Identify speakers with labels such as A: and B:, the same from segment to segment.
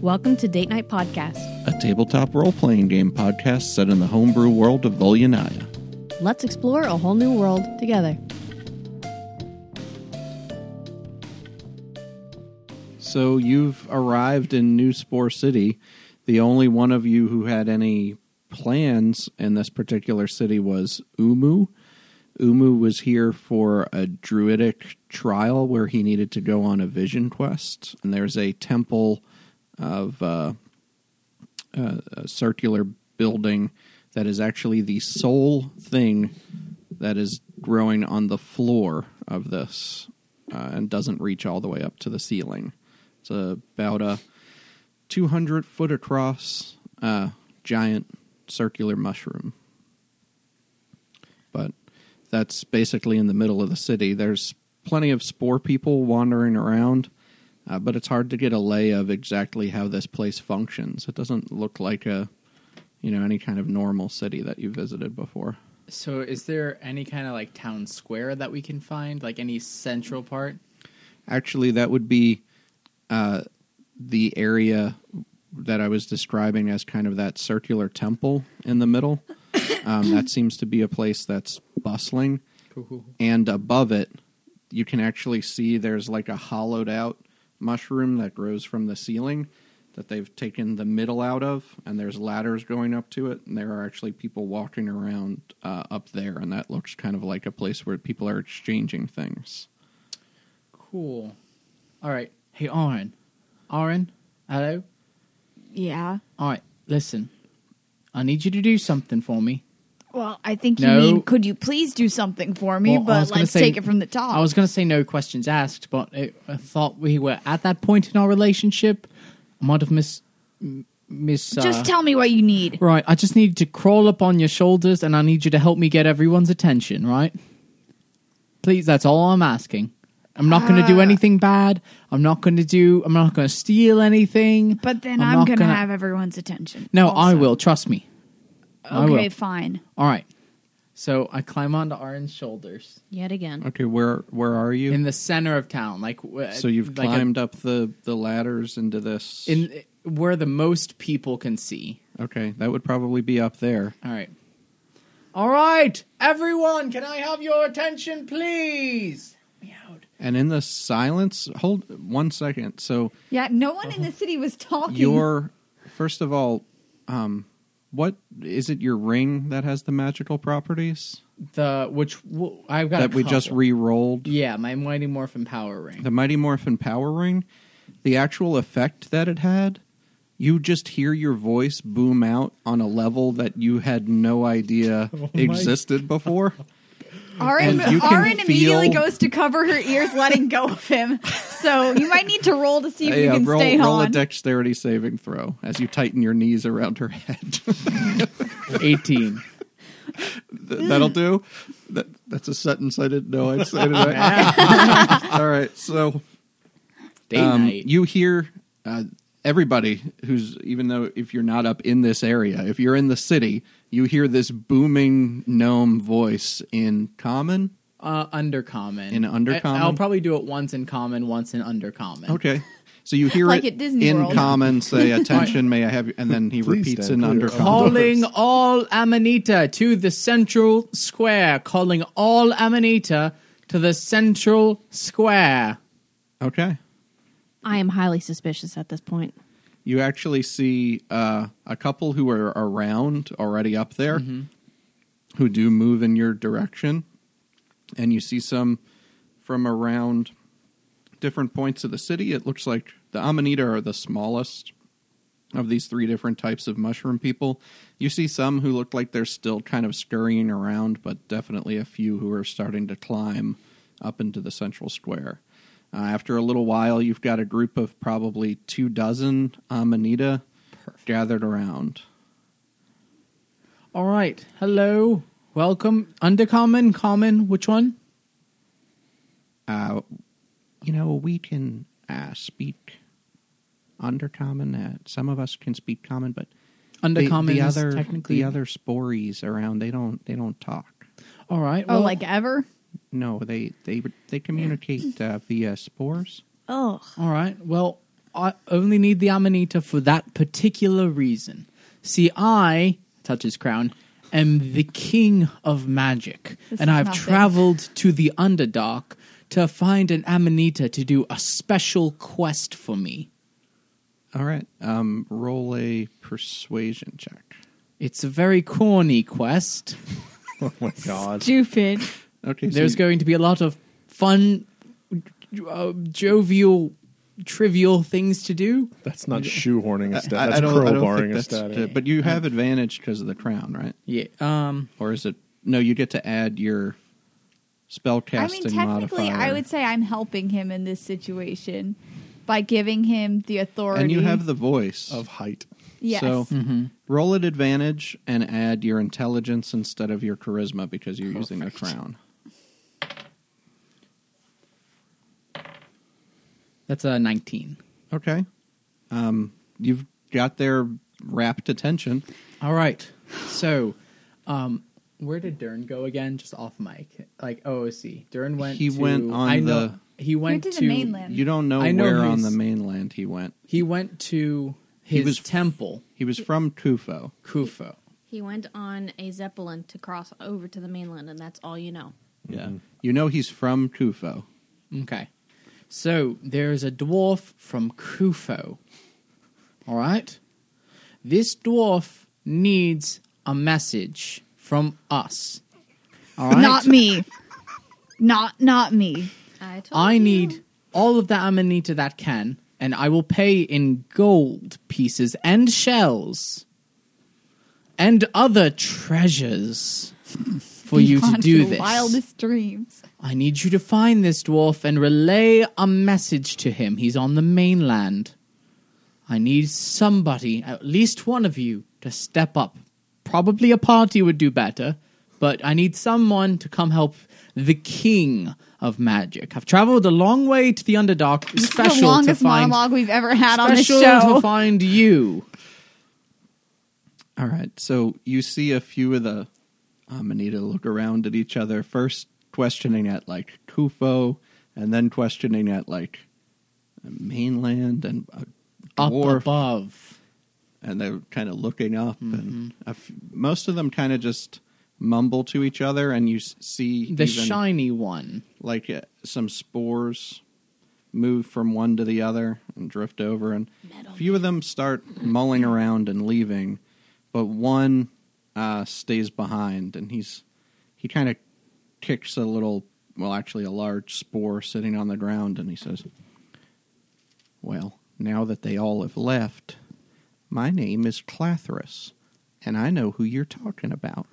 A: Welcome to Date Night Podcast.
B: a tabletop role playing game podcast set in the homebrew world of Volyanaya.
A: Let's explore a whole new world together.
B: So you've arrived in New Spore City. The only one of you who had any plans in this particular city was Umu. Umu was here for a druidic trial where he needed to go on a vision quest. And there's a temple of uh, a circular building that is actually the sole thing that is growing on the floor of this uh, and doesn't reach all the way up to the ceiling. It's about a 200 foot across uh, giant circular mushroom. But that's basically in the middle of the city. There's plenty of spore people wandering around, uh, but it's hard to get a lay of exactly how this place functions. It doesn't look like a, you know, any kind of normal city that you visited before.
C: So, is there any kind of like town square that we can find, like any central part?
B: Actually, that would be uh, the area that I was describing as kind of that circular temple in the middle. Um, that seems to be a place that's bustling. And above it, you can actually see there's like a hollowed out mushroom that grows from the ceiling that they've taken the middle out of, and there's ladders going up to it. And there are actually people walking around uh, up there, and that looks kind of like a place where people are exchanging things.
C: Cool. All right. Hey, Aaron. Aaron. Hello.
D: Yeah.
C: All right. Listen, I need you to do something for me.
D: Well, I think you
C: No.
D: mean could you please do something for me,
C: Well, I
D: but
C: was gonna
D: let's
C: say-
D: take it from the top.
C: I was going to say no questions asked, but I, I thought we were at that point in our relationship. I might have miss m- miss. uh,
D: Just tell me what you need.
C: Right, I just need to crawl up on your shoulders and I need you to help me get everyone's attention, right? Please, that's all I'm asking. I'm not going to
D: Uh,
C: do anything bad. I'm not going to do I'm not going to steal anything.
D: But then I'm,
C: not
D: gonna, have everyone's attention.
C: No, I
D: also.
C: will, trust me. I
D: Okay,
C: will.
D: fine.
C: All right. So, I climb onto Aaron's shoulders
A: Yet again.
B: Okay, where where are you?
C: in the center of town, like w- uh,
B: so you've
C: like a-
B: climbed up the the ladders into this.
C: in uh, where the most people can see.
B: okay, that would probably be up there.
C: All right. All right, everyone, can I have your attention, please? Meowed.
B: And in the silence, hold one second. So
D: Yeah, no one in the city was talking.
B: your first of all, um, what is it? Your ring that has the magical properties
C: The which w- I've got a
B: that we just
C: couple.
B: re-rolled.
C: Yeah, my Mighty Morphin Power Ring.
B: The Mighty Morphin Power Ring, the actual effect that it had, you just hear your voice boom out on a level that you had no idea
D: Oh
B: existed before.
D: Aaron,
B: and you can
D: Aaron immediately
B: feel-
D: goes to cover her ears, letting go of him. So you might need to roll to see if you
B: Yeah,
D: can
B: uh, roll,
D: stay
B: roll a
D: on.
B: dexterity saving throw as you tighten your knees around her head.
C: Eighteen.
B: Th- That'll do. That, that's a sentence I didn't know I'd say tonight. All right, so
C: Day
B: um,
C: night.
B: you hear uh, everybody who's even though if you're not up in this area, if you're in the city, you hear this booming gnome voice in common.
C: uh, undercommon.
B: In undercommon?
C: I, will probably do it once in common, once in undercommon.
B: Okay. So you hear
D: Like
B: it
D: at Disney
B: in
D: World.
B: common say attention may I have you? and then he repeats in undercommon.
C: Calling all Amanita to the central square. Calling all Amanita to the central square.
B: Okay.
A: I am highly suspicious at this point.
B: you actually see uh, a couple who are around already up there who do move in your direction and you see some from around different points of the city it looks like the amanita are the smallest of these three different types of mushroom people you see some who look like they're still kind of scurrying around but definitely a few who are starting to climb up into the central square uh, after a little while, you've got a group of probably two dozen Amanita gathered around.
C: All right. Hello. Welcome. Undercommon, common. Which one?
B: Uh, you know, we can uh, speak undercommon. Uh, some of us can speak common, but the,
C: Undercommon
B: the
C: is
B: other
C: technically
B: the other spories around they don't they don't talk.
C: All right.
D: oh,
C: well-
D: like ever?
B: No, they they they communicate uh, via spores.
A: Oh.
C: All right. Well, I only need the Amanita for that particular reason. See, I, touches crown, am the king of magic,
D: This
C: and
D: is
C: I've
D: nothing.
C: traveled to the Underdark to find an Amanita to do a special quest for me.
B: All right. Um, roll a persuasion check.
C: It's a very corny quest.
B: Oh my god.
D: Stupid.
B: Okay. so
C: There's
B: you-
C: going to be a lot of fun, uh, jovial, trivial things to do.
E: That's not shoehorning a stat.
B: I- I
E: That's
B: don't- I don't
E: crowbarring
B: think
E: a
B: that's-
E: stat. eh?
B: uh, But you have advantage because of the crown, right?
C: Yeah. Um.
B: Or is it? No, you get to add your
D: I
B: spellcasting
D: mean, technically,
B: modifier.
D: I would say I'm helping him in this situation by giving him the authority.
B: and you have the voice
E: of height.
D: yes.
B: So roll at advantage and add your intelligence instead of your charisma because you're using a crown.
C: That's a 19.
B: Okay. Um, you've got their rapt attention.
C: All right. So, um, where did Dern go again? Just off mic, like OOC. Dern went.
B: He
C: to,
B: went on
C: I know, He
D: Where
C: went
D: did
C: to
D: the mainland?
B: You don't know,
C: I know
B: where on
C: he's-
B: the mainland he went.
C: He went to his
B: was-
C: temple,
B: He was from Kufo.
C: Kufo.
A: He went on a zeppelin to cross over to the mainland, and that's all you know.
B: Yeah. You know he's from Kufo.
C: Okay. So there is a dwarf from Kufo. All right. This dwarf needs a message from us. All right.
D: Not me. Not not me.
A: I told
C: I
A: you.
C: need all of the amanita that can, and I will pay in gold pieces and shells and other treasures for you to
D: Beyond
C: do
D: your
C: this.
D: Wildest dreams.
C: I need you to find this dwarf and relay a message to him. He's on the mainland. I need somebody, at least one of you, to step up. Probably a party would do better, but I need someone to come help the king of magic. I've traveled a long way to the Underdark,
D: It's
C: special
D: the longest
C: to find
D: monologue we've ever had on the
C: special
D: show.
C: to find you.
B: All right. So you see a few of the um, Amanita look around at each other, first questioning at like Kufo, and then questioning at like mainland and a
C: Up
B: dwarf,
C: above.
B: and they're kind of looking up, and a f- most of them kind of just mumble to each other, and you s- see
C: The
B: even,
C: shiny one.
B: like uh, some spores move from one to the other and drift over and a few of them start mulling around and leaving but one uh, stays behind and he's he kind of kicks a little well actually a large spore sitting on the ground and he says well now that they all have left my name is clathrus and i know who you're talking about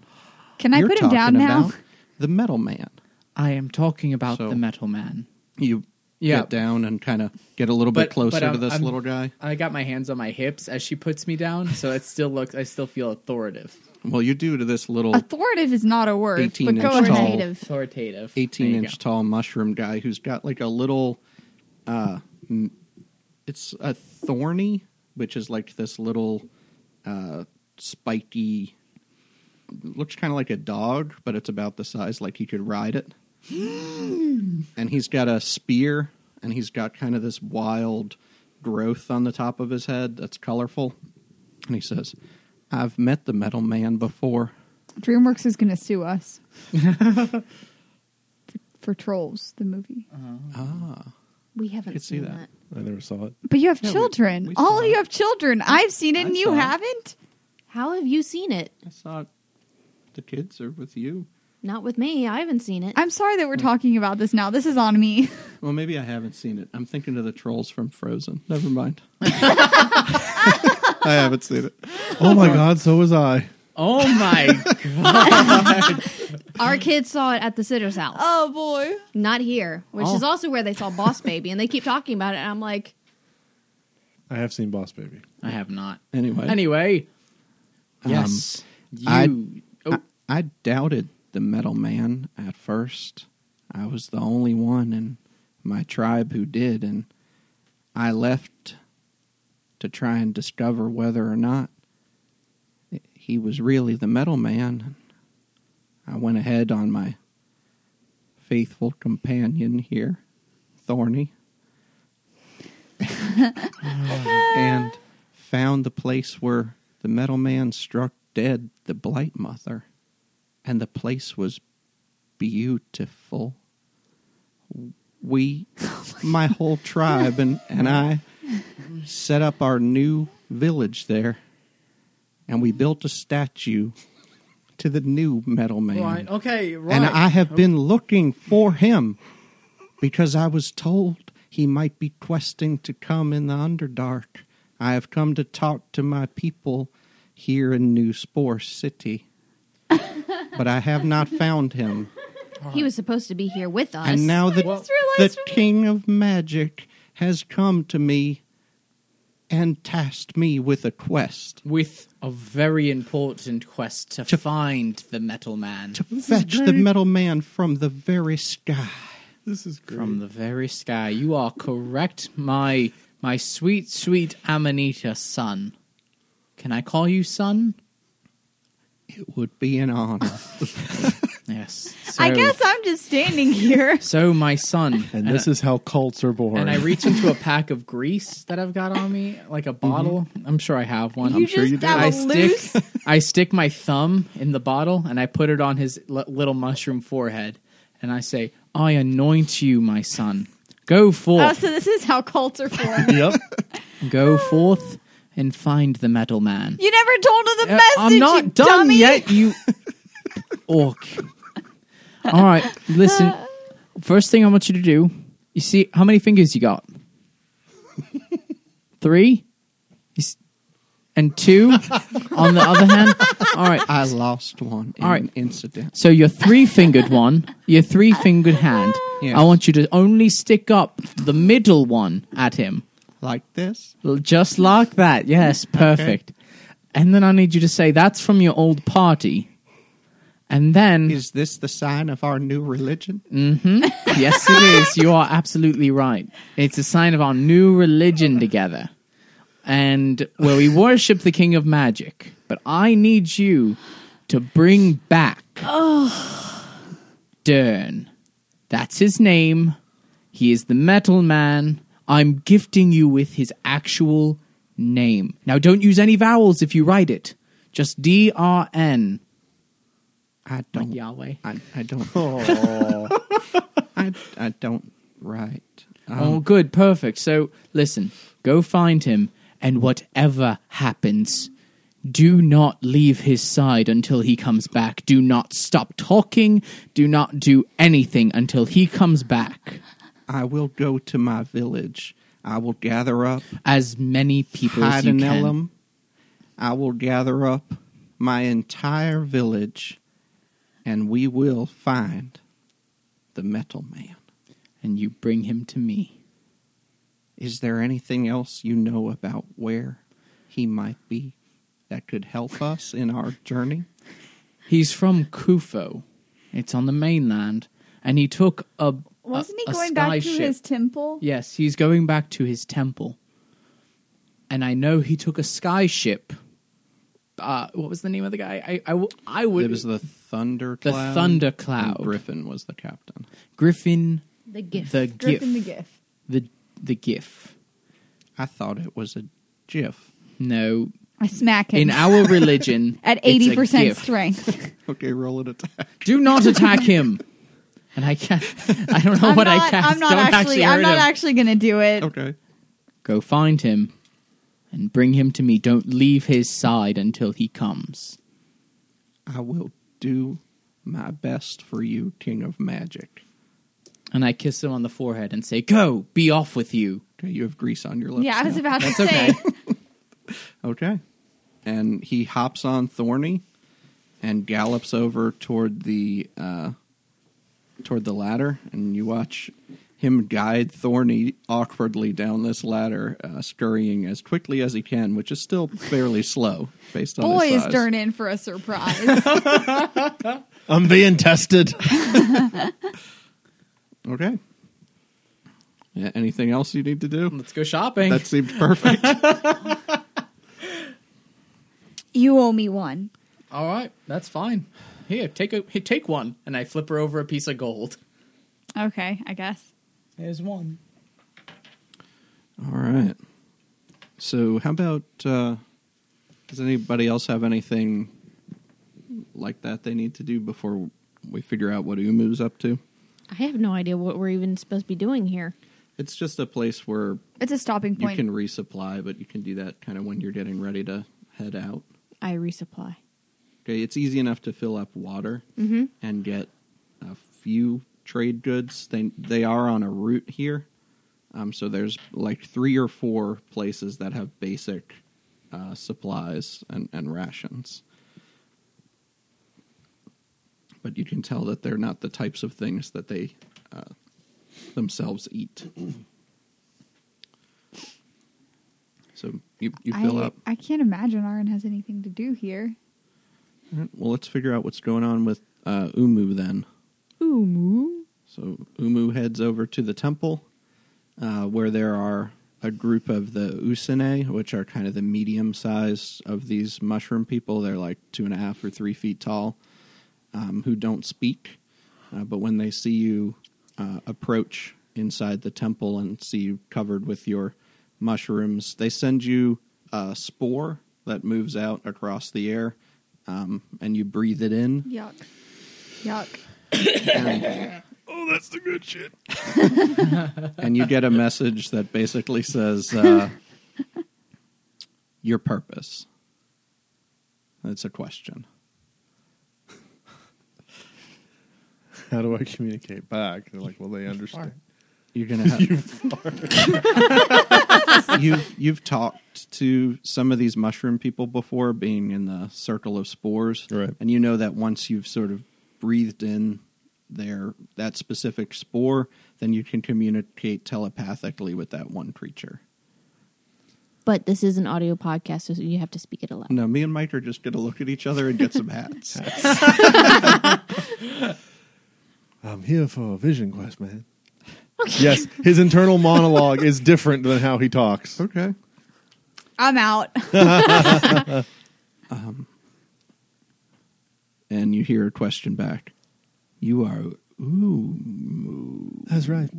D: Can I
B: you're
D: put him down
B: talking
D: now?
B: about the metal man
C: I am talking about
B: So-
C: the metal man.
B: you
C: Yeah.
B: get down and kind of get a little bit
C: But-
B: closer
C: but I'm-
B: to this
C: I'm-
B: little guy.
C: I got my hands on my hips as she puts me down, so it still looks. I still feel authoritative,
B: Well, you do to this little
D: Authoritative is not a word,
B: 18
D: but go
B: inch
D: ahead.
B: tall,
A: Authoritative.
C: authoritative. There
B: eighteen
C: you
B: inch
C: go.
B: tall mushroom guy who's got like a little, uh, n- it's a thorny, which is like this little, uh, spiky. Looks kind of like a dog, but it's about the size like he could ride it. and he's got a spear, and he's got kind of this wild growth on the top of his head that's colorful. And he says, "I've met the metal man before."
D: DreamWorks is going to sue us for, for Trolls, the movie.
C: Uh-huh.
A: We haven't
B: could see
A: seen
B: that.
A: that.
E: I never saw it.
D: But you have
B: Yeah, we-
D: children.
B: we saw
D: All of you
B: it.
D: have children. I've seen it, and
B: I
D: you
B: saw it.
D: haven't.
A: How have you seen it?
B: I saw it. The kids are with you.
A: Not with me. I haven't seen it.
D: I'm sorry that we're talking about this now. This is on me.
B: Well, maybe I haven't seen it. I'm thinking of the trolls from Frozen. Never mind. I haven't seen it.
E: Oh my god, so was I.
C: Oh my!
A: Our kids saw it at the sitter's house,
D: Oh boy.
A: not here, which
C: Oh.
A: is also where they saw Boss Baby, and they keep talking about it. And I'm like,
E: I have seen Boss Baby.
C: I have not.
B: Anyway,
C: Anyway,
B: Um,
C: yes, you.
B: I-
C: oh,
B: I, I doubted the metal man at first. I was the only one in my tribe who did, and I left to try and discover whether or not he was really the metal man. I went ahead on my faithful companion here, Thorny. and found the place where the metal man struck dead the blight mother. And the place was beautiful. We, my whole tribe, and, and I set up our new village there. And we built a statue to the new metal man.
C: Oh, Right. Okay. Right.
B: And I have been looking for him because I was told he might be questing to come in the Underdark. I have come to talk to my people here in New Spore City. but I have not found him.
A: He was supposed to be here with us.
B: And now the,
C: just
B: the King of Magic has come to me and tasked me with a quest
C: with a very important quest to, find the metal man
B: to fetch the metal man from the very sky.
E: This is great.
C: from the very sky. You are correct, my my sweet sweet Amanita son. Can I call you son?
B: It would be an honor.
C: Yes.
D: I
C: So-
D: guess I'm just standing here.
C: so. My son,
E: and this is how cults are born.
C: And I reach into a pack of grease that I've got on me, like a bottle. I'm sure I have one.
D: you just have
C: I
D: a loose.
C: stick, I stick my thumb in the bottle and I put it on his l- little mushroom forehead, and I say, "I anoint you, my son. Go
D: Oh,
C: forth,
D: so this is how cults are formed.
E: yep.
C: go forth, and find the metal man."
D: You never told her the
C: Uh,
D: message.
C: I'm not
D: you
C: done
D: dummy.
C: yet, you orc. All right, listen. First thing I want you to do, you see how many fingers you got? Three, You s- and two. on the other hand, all right.
B: I lost one in
C: All right.
B: an incident.
C: So your three-fingered one, your three-fingered hand.
B: Yes.
C: I want you to only stick up the middle one at him.
B: like this.
C: L- Just like that. Yes, perfect. And then I need you to say that's from your old party. And then
B: Is this the sign of our new religion?
C: Mm. yes it is. You are absolutely right. It's a sign of our new religion together. And where we worship the king of magic. But I need you to bring back Dern. That's his name. He is the metal man. I'm gifting you with his actual name. Now, don't use any vowels if you write it. Just D R N.
B: I
C: Like
B: don't.
C: Yahweh.
B: I, I don't.
E: Oh,
B: I, I don't write. Um,
C: Oh, good, perfect. So, listen, go find him, and whatever happens, do not leave his side until he comes back. Do not stop talking. Do not do anything until he comes back.
B: I will go to my village. I will gather up
C: As many people as you can.
B: Hydanellum. I will gather up my entire village, and we will find the metal man.
C: and you bring him to me.
B: Is there anything else you know about where he might be that could help us in our journey?
C: He's from Kufo. It's on the mainland, and he took a
D: Wasn't he
C: a- a
D: going back
C: sky
D: to
C: ship.
D: his temple?
C: Yes, he's going back to his temple. And I know he took a sky ship. Uh, what was the name of the guy? I, I, w- I would.
B: It was the thundercloud. and
C: Thundercloud.
B: Griffin was the captain.
C: Griffin
A: the gift.
C: the GIF.
D: Griffin the gift.
C: The, the GIF.
B: I thought it was a GIF.
C: No.
D: I smack him
C: In our religion.
D: at
C: it's a
D: eighty percent
C: GIF.
D: strength.
B: Okay, roll it attack.
C: Do not attack him. And I can't. I don't know
D: I'm
C: what
D: not,
C: I cast.
D: I'm not
C: Don't
D: actually.
C: hurt
D: I'm not
C: him.
D: actually going to do it.
B: Okay.
C: Go find him and bring him to me. Don't leave his side until he comes.
B: I will do my best for you, King of Magic.
C: And I kiss him on the forehead and say, Go, be off with you.
B: Okay, you have grease on your lips.
D: Yeah, I was
B: now.
D: about to
C: That's
D: say.
C: okay.
B: Okay. And he hops on Thorny and gallops over toward the uh, toward the ladder, and you watch him guide Thorny awkwardly down this ladder, uh, scurrying as quickly as he can, which is still fairly slow based on his
D: Boy, is
B: size.
D: Dern in for a surprise.
E: I'm being tested.
B: Okay. Yeah, anything else you need to do?
C: Let's go shopping.
B: That seemed perfect.
D: you owe me one.
C: All right, that's fine. Here, take a here, take one, and I flip her over a piece of gold.
D: Okay, I guess.
C: There's one.
B: All right. So, how about uh, does anybody else have anything like that they need to do before we figure out what Umu's up to?
A: I have no idea what we're even supposed to be doing here.
B: It's just a place where
D: It's a stopping
B: you
D: point.
B: can resupply, but you can do that kind of when you're getting ready to head out.
A: I resupply.
B: Okay, it's easy enough to fill up water and get a few trade goods. They they are on a route here, um, so there's like three or four places that have basic uh, supplies and, and rations. But you can tell that they're not the types of things that they uh, themselves eat. So you you fill
D: I,
B: up.
D: I can't imagine Aaron has anything to do here.
B: All right, well, let's figure out what's going on with uh, Umu then.
A: Umu.
B: So Umu heads over to the temple, uh, where there are a group of the Usine, which are kind of the medium size of these mushroom people. They're like two and a half or three feet tall, um, who don't speak, uh, but when they see you uh, approach inside the temple and see you covered with your mushrooms, they send you a spore that moves out across the air, um, and you breathe it in.
D: Yuck. Yuck.
E: Oh, that's the good shit.
B: and you get a message that basically says uh, your purpose. That's a question.
E: How do I communicate back? They're like, well, they understand.
B: You're gonna have you've you've talked to some of these mushroom people before, being in the circle of spores,
E: Right.
B: and you know that once you've sort of breathed in their that specific spore, then you can communicate telepathically with that one creature.
A: But this is an audio podcast, so you have to speak it aloud.
B: No, me and Mike are just gonna look at each other and get some hats.
E: I'm here for a vision quest, man. yes, his internal monologue is different than how he talks.
B: okay.
D: I'm out.
B: and you hear a question back. You are ooh,
E: That's right.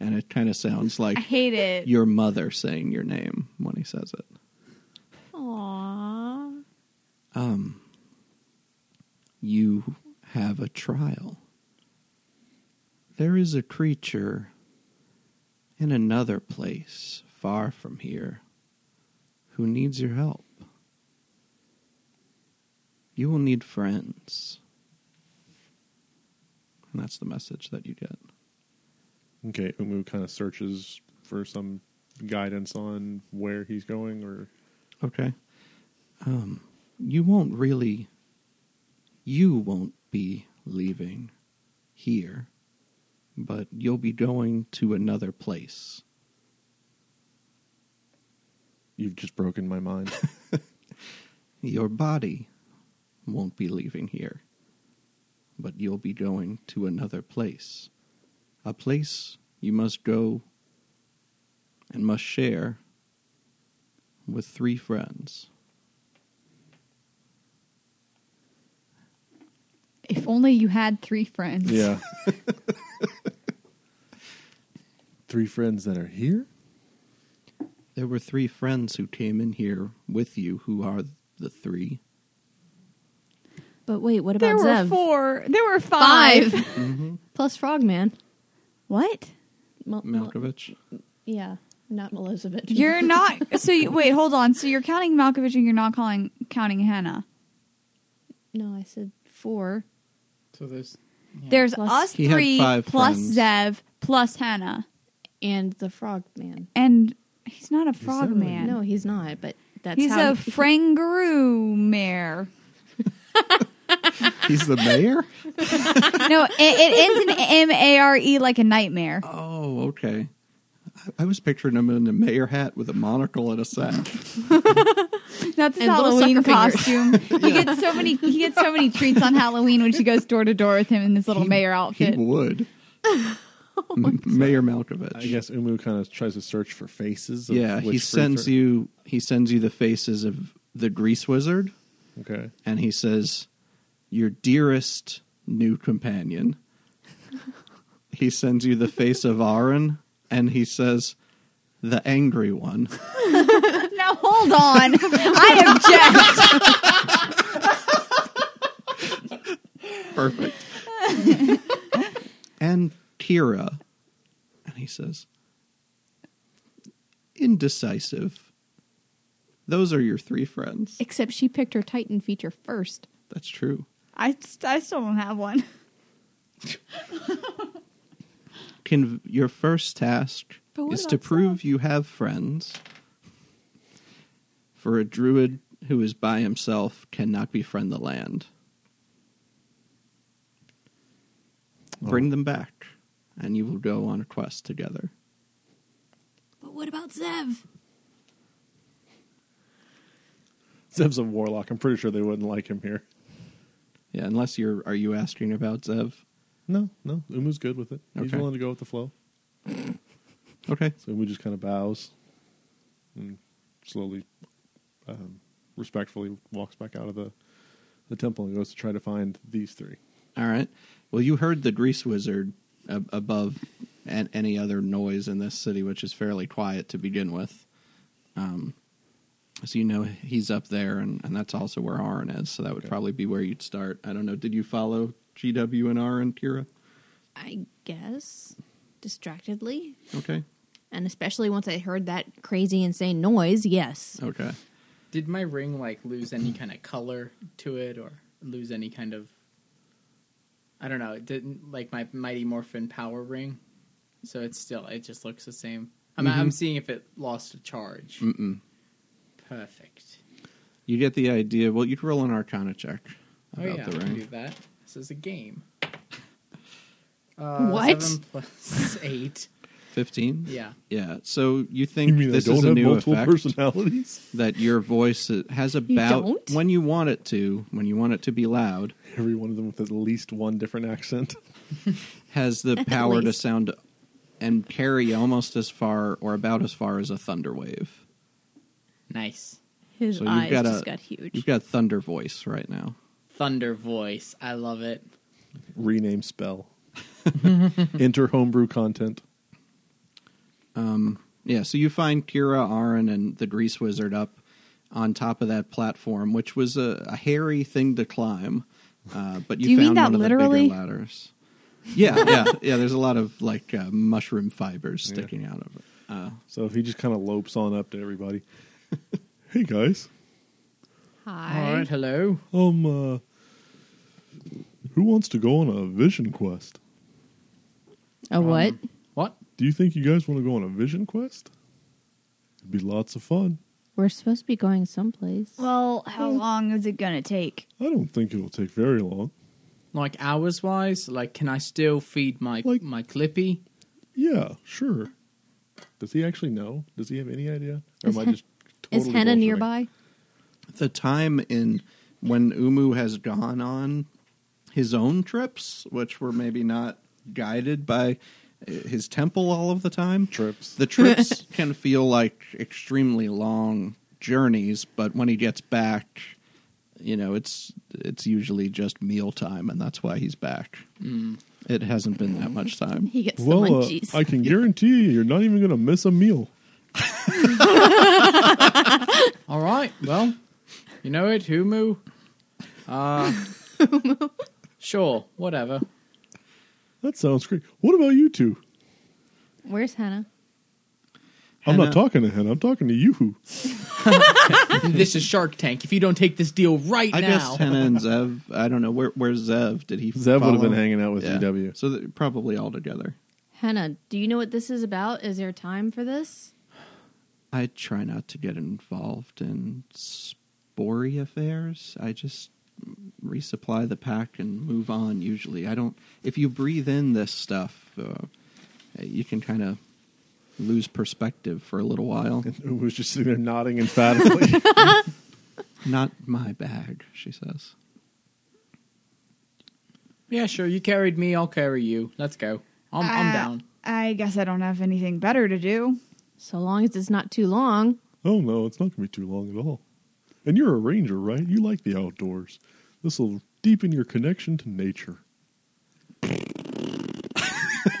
B: and it kind of sounds like
D: I hate it.
B: your mother saying your name when he says it.
A: Aww.
B: Um, you have a trial. There is a creature in another place far from here who needs your help. You will need friends. And that's the message that you get.
E: Okay, Umu kind of searches for some guidance on where he's going, or
B: Okay. Um, you won't really. You won't be leaving here, but you'll be going to another place.
E: you've just broken my mind.
B: Your body won't be leaving here, but you'll be going to another place. A place you must go and must share with three friends.
D: If only you had three friends.
E: yeah. Three friends that are here?
B: There were three friends who came in here with you who are the three
A: But wait, what
D: There
A: about
D: were
A: Zev?
D: four. There were five.
A: Five.
B: Mm-hmm.
A: Plus Frogman.
D: What?
A: Mal- Mal-
B: Malkovich.
A: yeah, not Melizabeth.
D: You're not. So you, wait, hold on. So you're counting Malkovich and you're not calling counting Hannah.
A: No, I said four.
C: So there's
D: There's
A: Plus-
D: us
B: He had
D: three
B: five
D: plus
B: friends.
D: Zev plus Hannah,
A: And the Frogman.
D: and he's not a
E: that
D: frog
E: really-
D: man.
A: No, he's not, but that's
D: he's
A: how
D: a frangaroo mare.
B: He's the mayor?
D: no, it, it ends in M A R E like a nightmare.
B: Oh, okay. I, I was picturing him in a mayor hat with a monocle and a sack.
D: That's his
A: And little
D: Halloween
A: sucker
D: costume. He gets so many he gets so many treats on Halloween when she goes door to door with him in this little
B: He-
D: mayor
B: He
D: outfit. Oh,
B: would. M- mayor Malkovich.
E: I guess Umu kind of tries to search for faces. Of
B: yeah, he
E: which
B: sends
E: free
B: you he sends you the faces of the grease wizard
E: fr- Okay.
B: and he says, Your dearest new companion. he sends you the face of Aaron and he says, the angry one.
D: Now hold on. I object.
B: Perfect. and Tira. And he says, Indecisive. Those are your three friends.
A: Except she picked her Titan feature first.
B: That's true.
D: I, st- I still don't have one.
B: Can your first task
A: But what
B: is to
A: about
B: prove you have friends. For a druid who is by himself cannot befriend the land. Bring them back, and you will go on a quest together.
A: But what about Zev?
E: Zev's a warlock. I'm pretty sure they wouldn't like him here.
B: Yeah, unless you're are you asking about Zev?
E: No, no. Umu's good with it. He's
B: Okay.
E: willing to go with the flow.
B: Okay.
E: So Umu just kind of bows and slowly, um, respectfully walks back out of the, the temple and goes to try to find these three.
B: All right. Well, you heard the grease wizard ab- above and any other noise in this city, which is fairly quiet to begin with. Um, so you know he's up there, and, and that's also where Aaron is. So that would
E: Okay.
B: probably be where you'd start. I don't know. Did you follow GW and Aaron, Kira?
A: I guess distractedly,
B: Okay.
A: and especially once I heard that crazy insane noise. Yes.
B: Okay.
C: Did my ring like lose any kind of color to it, or lose any kind of? I don't know. It didn't like my Mighty Morphin power ring, so it's still. It just looks the same. I'm, I'm seeing if it lost a charge.
B: Mm-hmm. Mm-mm.
C: Perfect.
B: You get the idea. Well, you'd roll an Arcana check
C: Oh
B: about
C: yeah,
B: the
C: I can
B: ring.
C: do that. This is a game. Uh,
A: What?
C: Seven plus eight.
B: Fifteen.
C: Yeah.
B: Yeah. So you think
E: You mean
B: this
E: they don't
B: is a
E: have
B: new
E: multiple
B: effect?
E: personalities?
B: that your voice has about
A: don't?
B: when you want it to, when you want it to be loud,
E: Every one of them with at least one different accent.
B: has the power to
A: least.
B: sound and carry almost as far or about as far as a thunder wave.
C: Nice.
A: His
B: So you've
A: eyes
B: got
A: just
B: a-
A: got huge.
B: You've got thunder voice right now.
C: Thunder voice. I love it.
E: Rename spell. Enter homebrew content.
B: Yeah, so you find Kira, Aaron, and the Grease Wizard up on top of that platform, which was a, a hairy thing to climb. Uh, but you,
D: Do you mean
B: found
D: that
B: one of the
D: literally?
B: bigger ladders. Yeah, yeah, yeah. There's a lot of like uh, mushroom fibers
E: Yeah.
B: sticking out of it. Uh,
E: So if he just kind of lopes on up to everybody. hey guys,
A: Hi.
C: All right. Hello.
E: um, uh, who wants to go on a vision quest?
A: A what?
B: Um,
C: What?
E: Do you think you guys want to go on a vision quest? It'd be lots of fun.
A: We're supposed to be going someplace.
D: Well, how long is it going to take?
E: I don't think it'll take very long.
C: Like hours wise? Like can I still feed my
E: Like-
C: my Clippy?
E: Yeah, sure. Does he actually know? Does he have any idea? Or
A: Is
E: am I
A: Hen-
E: just totally
A: Is Henna
E: bullshitting?
A: nearby?
B: the time in when Umu has gone on his own trips, which were maybe not guided by uh, his temple all of the time.
E: Trips.
B: The trips can feel like extremely long journeys, but when he gets back, you know, it's it's usually just meal time, and that's why he's back.
E: Mm.
B: It hasn't been that much time.
A: He gets the
E: Well, uh,
A: munchies.
E: I can guarantee you, you're not even going to miss a meal.
C: All right. Well, you know it, Humu. Uh, sure. Whatever.
E: That sounds great. What about you two?
A: Where's Hannah?
E: I'm
B: Henna.
E: not talking to Henna. I'm talking to you.
C: this is Shark Tank. If you don't take this deal right
B: I
C: now,
B: guess Henna and Zev. I don't know where. Where's Zev? Did he?
E: Zev would have
B: follow?
E: been hanging out with E
B: Yeah.
E: GW.
B: so they're probably all together.
A: Hannah, do you know what this is about? Is there time for this?
B: I try not to get involved in spory affairs. I just resupply the pack and move on. Usually, I don't. If you breathe in this stuff, uh, you can kind of lose perspective for a little while.
E: Who was just sitting there nodding emphatically.
B: Not my bag, she says.
C: yeah, sure. You carried me. I'll carry you. Let's go. I'm, I'm
D: Uh,
C: down.
D: I guess I don't have anything better to do.
A: So long as it's not too long.
E: oh no, it's not going to be too long at all. And you're a ranger, right? You like the outdoors. This will deepen your connection to nature.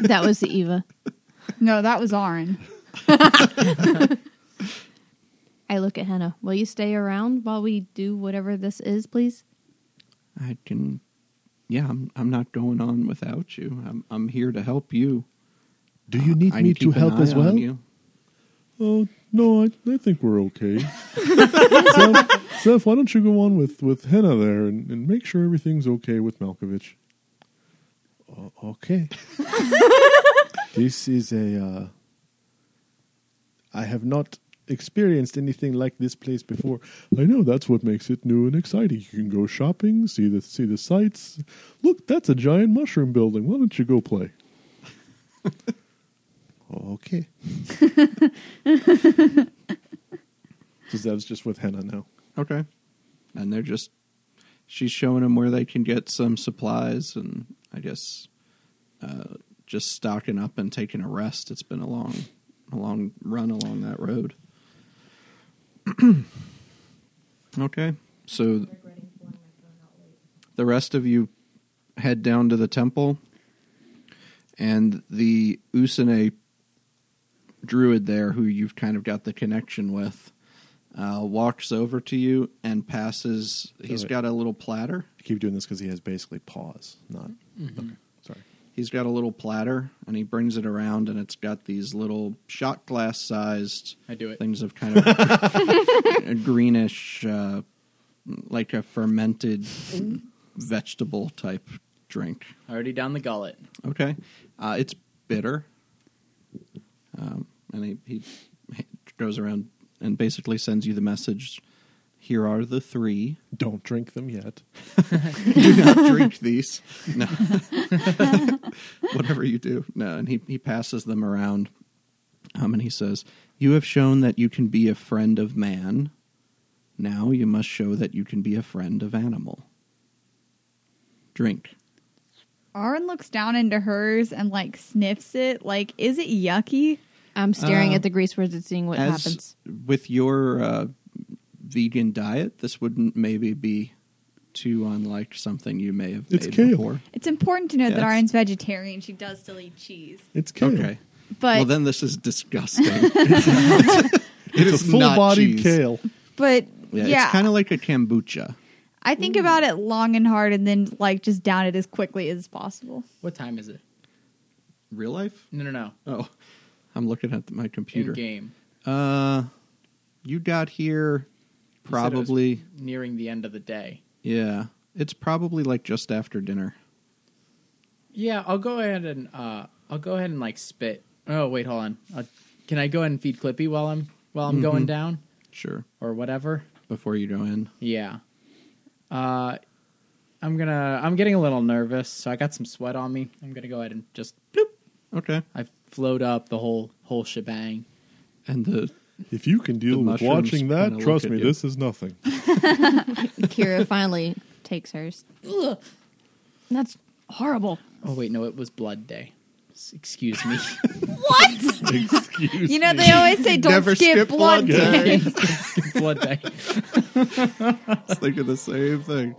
A: That was the Eva.
D: No, that was Aaron.
A: I look at Henna. Will you stay around while we do whatever this is, please?
B: I can. Yeah, I'm. I'm not going on without you. I'm. I'm here to help you.
E: Do you need
B: Uh, I can
E: me to
B: keep an
E: help
B: eye
E: as
B: on
E: well?
B: you.
E: Oh no, I, I think we're okay. Seth, Seth, why don't you go on with with Henna there and, and make sure everything's okay with Malkovich? O- Uh, okay. this is a. Uh, I have not experienced anything like this place before. I know that's what makes it new and exciting. You can go shopping, see the see the sights. Look, that's a giant mushroom building. Why don't you go play? okay. So Zev's just with Henna now.
B: Okay. And they're just. She's showing them where they can get some supplies, and I guess uh, just stocking up and taking a rest. It's been a long, a long run along that road. okay. So the rest of you head down to the temple, and the Usine druid there, who you've kind of got the connection with, uh, walks over to you and passes. He's
E: Alright.
B: got a little platter.
E: I keep doing this because he has basically pause, not.
B: Mm-hmm.
E: Okay, sorry.
B: He's got a little platter, and he brings it around, and it's got these little shot glass sized
C: I do it.
B: things of kind of a greenish, uh, like a fermented vegetable type drink.
C: Already down the gullet.
B: Okay, uh, it's bitter, um, and he, he goes around and basically sends you the message: "Here are the three.
E: Don't drink them yet.
B: Do not drink these. No, whatever you do, no." And he he passes them around, um, and he says, "You have shown that you can be a friend of man. Now you must show that you can be a friend of animal. Drink."
D: Aaron looks down into hers and like sniffs it. Like, is it yucky?
A: I'm staring
B: Uh,
A: at the grease wizard, seeing what
B: As
A: happens.
B: with your uh, vegan diet, this wouldn't maybe be too unlike something you may have
E: It's
B: made
E: kale.
B: before.
D: It's important to know that
B: Yes.
D: Aaron's vegetarian. She does still eat cheese,
E: It's kale.
B: Okay.
D: but
B: well, then this is disgusting. it's
E: It is
B: a
E: full bodied
B: cheese.
E: kale.
D: but
B: Yeah,
D: yeah,
B: it's kind of like a kombucha.
D: I think about it long and hard, and then like just down it as quickly as possible.
C: What time is it?
B: Real life?
C: No, no, no.
B: Oh, I'm looking at my computer.
C: In game.
B: Uh, you got here
C: You said it was
B: probably.
C: nearing the end of the day.
B: Yeah, it's probably like just after dinner.
C: Yeah, I'll go ahead and uh, I'll go ahead and like spit. Oh wait, hold on. i can I go ahead and feed Clippy while I'm while I'm going down
B: Sure,
C: or whatever?
B: before you go in.
C: Yeah. Uh, I'm gonna. I'm getting a little nervous, so I got some sweat on me. I'm gonna go ahead and just bloop.
B: Okay,
C: I float up the whole whole shebang.
B: and the
E: If you can deal with
B: mushrooms
E: watching
B: kinda
E: that,
B: look
E: trust
B: at
E: me,
B: you.
E: this is nothing.
A: Kira finally takes hers. That's horrible.
C: Oh wait, no, it was blood day. S- Excuse me.
E: Excuse
D: You know they always say don't
B: Never
D: skip,
B: skip blood
D: blood day.
C: blood day.
B: I was thinking the same thing.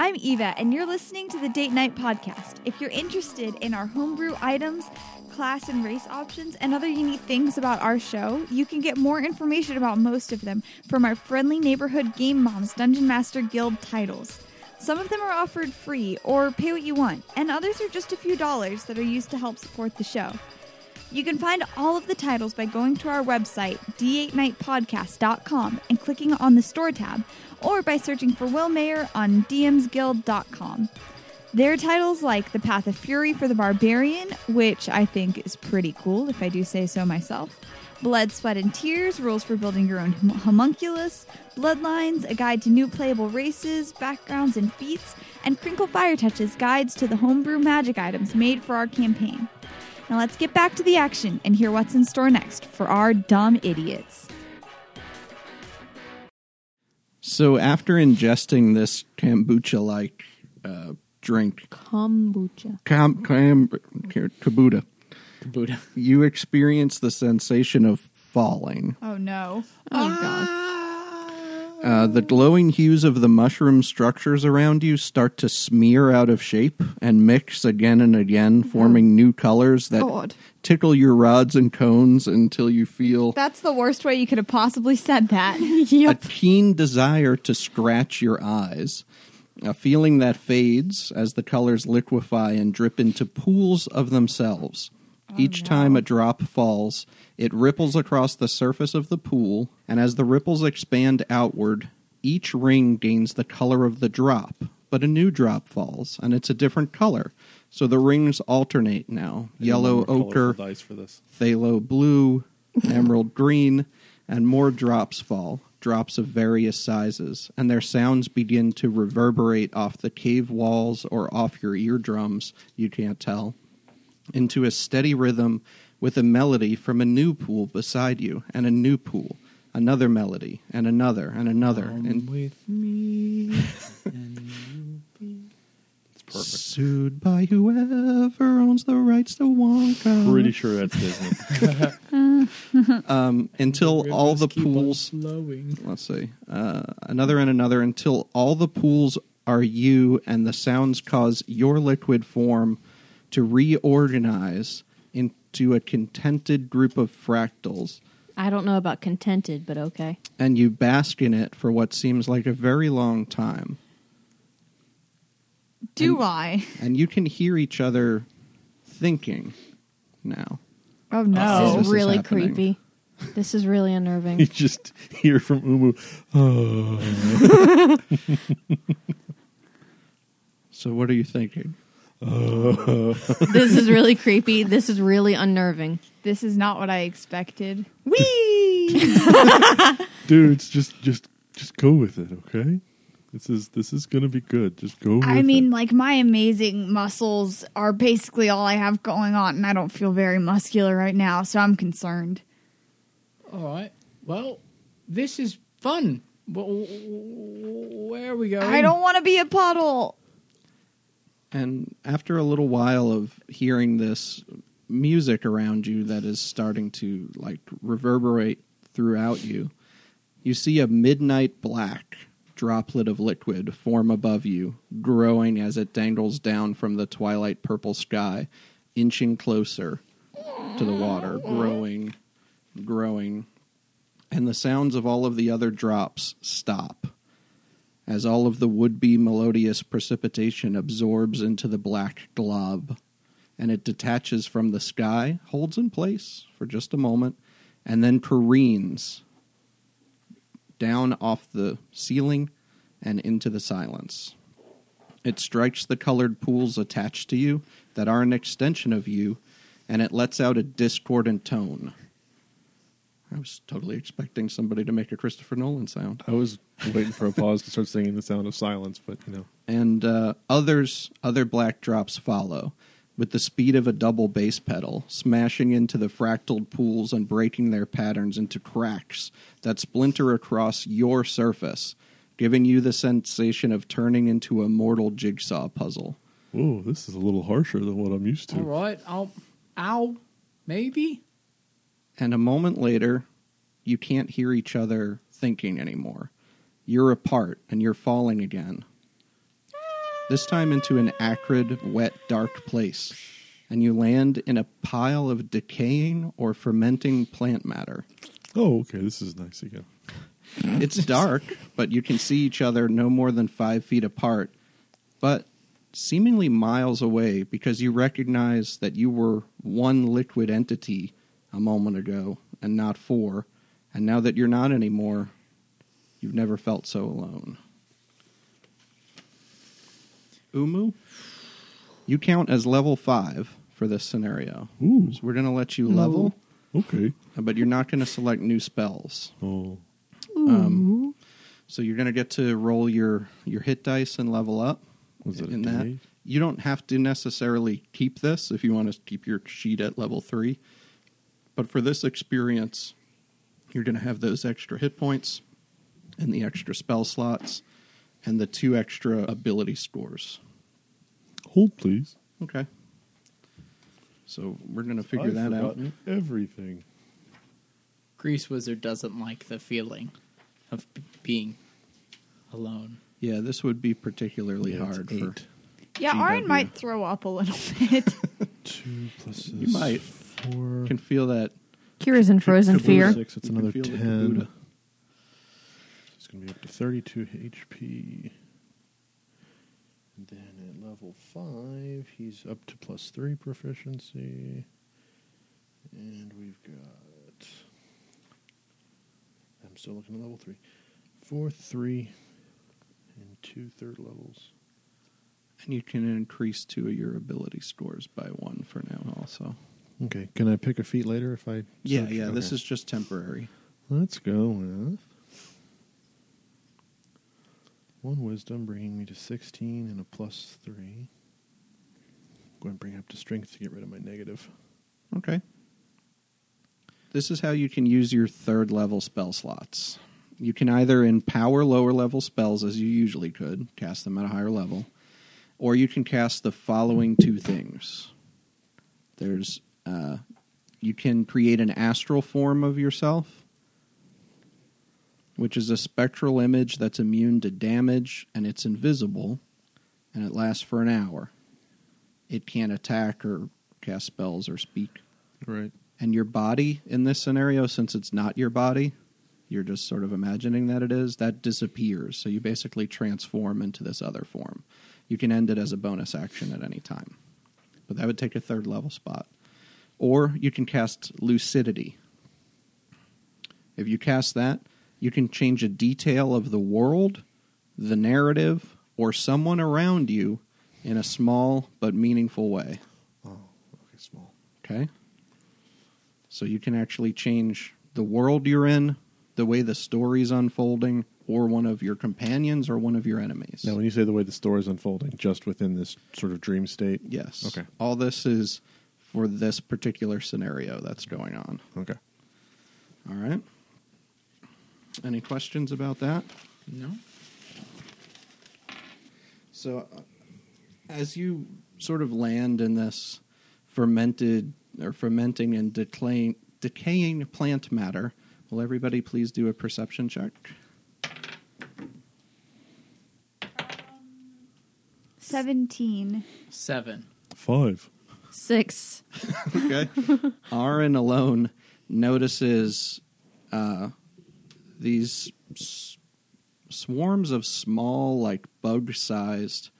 D: I'm Eva, and you're listening to the Date Night Podcast. If you're interested in our homebrew items, class and race options, and other unique things about our show, you can get more information about most of them from our friendly neighborhood Game Moms Dungeon Master Guild titles. Some of them are offered free or pay what you want, and others are just a few dollars that are used to help support the show. You can find all of the titles by going to our website, d8nightpodcast.com, and clicking on the store tab, or by searching for Will Mayer on dmsguild.com. There are titles like The Path of Fury for the Barbarian, which I think is pretty cool, if I do say so myself. Blood, Sweat, and Tears, Rules for Building Your Own Hom- Homunculus, Bloodlines, A Guide to New Playable Races, Backgrounds, and Feats, and Crinkle Fire Touches Guides to the Homebrew Magic Items made for our campaign. Now let's get back to the action and hear what's in store next for our dumb idiots.
B: So after ingesting this kombucha like uh, drink,
A: Kombucha.
B: kam, kam, kabuta,
C: Buddha.
B: you experience the sensation of falling.
D: Oh no.
A: Oh, God.
B: Uh, the glowing hues of the mushroom structures around you start to smear out of shape and mix again and again, forming new colors that
D: God.
B: tickle your rods and cones until you feel
D: That's the worst way you could have possibly said that.
B: a keen desire to scratch your eyes, a feeling that fades as the colors liquefy and drip into pools of themselves. Each time a drop falls, it ripples across the surface of the pool, and as the ripples expand outward, each ring gains the color of the drop, but a new drop falls, and it's a different color. So the rings alternate now yellow, ochre,
E: dice for this.
B: phthalo blue, emerald green, and more drops fall, drops of various sizes, and their sounds begin to reverberate off the cave walls or off your eardrums, you can't tell, into a steady rhythm with a melody from a new pool beside you, and a new pool, another melody, and another, and another, and
C: with me.
E: It's perfect.
B: sued by whoever owns the rights to Wonka.
E: Pretty sure that's Disney.
B: Um, until all the pools.
C: flowing.
B: let's see, uh, another and another until all the pools are you and the sounds cause your liquid form to reorganize into a contented group of fractals,
A: I don't know about contented, but okay.
B: and you bask in it for what seems like a very long time.
D: Do I?
B: And you can hear each other thinking now.
D: Oh
A: This
B: Oh.
A: is
B: This is
A: really
B: happening.
A: creepy. This is really
E: you
A: unnerving.
E: just hear from Umu. Oh,
B: So, what are you thinking?
A: this is really creepy. This is really unnerving.
D: This is not what I expected.
E: dudes, just just just go with it, okay? This is this is gonna be good. Just go. With
D: I mean,
E: it.
D: like my amazing muscles are basically all I have going on, and I don't feel very muscular right now, so I'm concerned.
C: All right. Well, this is fun. Well, where are we going?
D: I don't want to be a puddle.
B: And after a little while of hearing this music around you that is starting to like reverberate throughout you, you see a midnight black droplet of liquid form above you, growing as it dangles down from the twilight purple sky, inching closer to the water, growing, growing. And the sounds of all of the other drops stop as all of the would be melodious precipitation absorbs into the black glob, and it detaches from the sky, holds in place for just a moment, and then careens down off the ceiling and into the silence. It strikes the colored pools attached to you that are an extension of you, and it lets out a discordant tone. I was totally expecting somebody to make a Christopher Nolan sound.
E: I was waiting for a pause to start singing the sound of silence, but you know,
B: and uh, others other black drops follow with the speed of a double bass pedal smashing into the fractaled pools and breaking their patterns into cracks that splinter across your surface giving you the sensation of turning into a mortal jigsaw puzzle
E: whoa, Oh, this is a little harsher than what I'm used to.
C: All right. I'll. Ow. Maybe.
B: and a moment later you can't hear each other thinking anymore you're apart and you're falling again this time into an acrid wet dark place and you land in a pile of decaying or fermenting plant matter
E: Oh, okay, this is nice again.
B: it's dark but you can see each other no more than five feet apart but seemingly miles away because you recognize that you were one liquid entity a moment ago and not four. And now that you're not anymore, you've never felt so alone. Umu, you count as level five for this scenario.
E: Ooh.
B: So we're going to let you level,
E: Okay.
B: but you're not going to select new spells.
E: Oh,
B: Um, so you're going to get to roll your your hit dice and level up.
E: Was it a
B: in that
E: D8?
B: you don't have to necessarily keep this if you want to keep your sheet at level three, but for this experience, you're going to have those extra hit points and the extra spell slots and the two extra ability scores.
E: hold please.
B: Okay. So we're going to figure
E: Oh, I've
B: that out.
E: forgotten Everything.
C: Grease Wizard doesn't like the feeling of b- being alone.
B: Yeah, this would be particularly
E: Yeah, it's
B: hard for.
E: eight.
D: Yeah, Aaron
B: GW.
D: might throw up a little bit.
E: Two plus
B: You
E: is
B: might.
E: four.
B: Can feel that.
A: Kira's in frozen
E: Kaboom.
A: fear.
E: Six. It's
B: You can
E: another
B: feel the
E: ten.
B: Kabuta.
E: It's going to be up to 32 HP. And then at level 5, he's up to plus 3 proficiency. And we've got. I'm still looking at level 3. 4, 3, and two third levels.
B: And you can increase two of your ability scores by one for now, also.
E: Okay, can I pick a feat later if I.
B: Yeah,
E: search?
B: yeah, this
E: Okay.
B: is just temporary.
E: Let's go with one wisdom, bringing me to 16 and a plus three. Go and bring it up to strength to get rid of my negative.
B: Okay. This is how you can use your third level spell slots. You can either empower lower level spells as you usually could, cast them at a higher level, or you can cast the following two things. There's uh, you can create an astral form of yourself, which is a spectral image that's immune to damage and it's invisible, and it lasts for an hour. It can't attack or cast spells or speak
E: Right.
B: and your body in this scenario since it's not your body you're just sort of imagining that it is that disappears so you basically transform into this other form you can end it as a bonus action at any time but that would take a third level spot or you can cast lucidity if you cast that you can change a detail of the world the narrative or someone around you in a small but meaningful way
E: Oh, Okay, small.
B: Okay. So you can actually change the world you're in, the way the story's unfolding, or one of your companions or one of your enemies.
E: Now, when you say the way the story is unfolding, just within this sort of dream state.
B: yes.
E: Okay.
B: All this is for this particular scenario that's going on.
E: Okay.
B: All right. Any questions about that?
C: No.
B: So, uh, as you sort of land in this fermented or fermenting and decaying, decaying plant matter, will everybody please do a perception check?
D: Seventeen.
C: Seven.
E: Five.
A: Six.
B: okay. Aaron alone notices uh, these s- swarms of small, like bug sized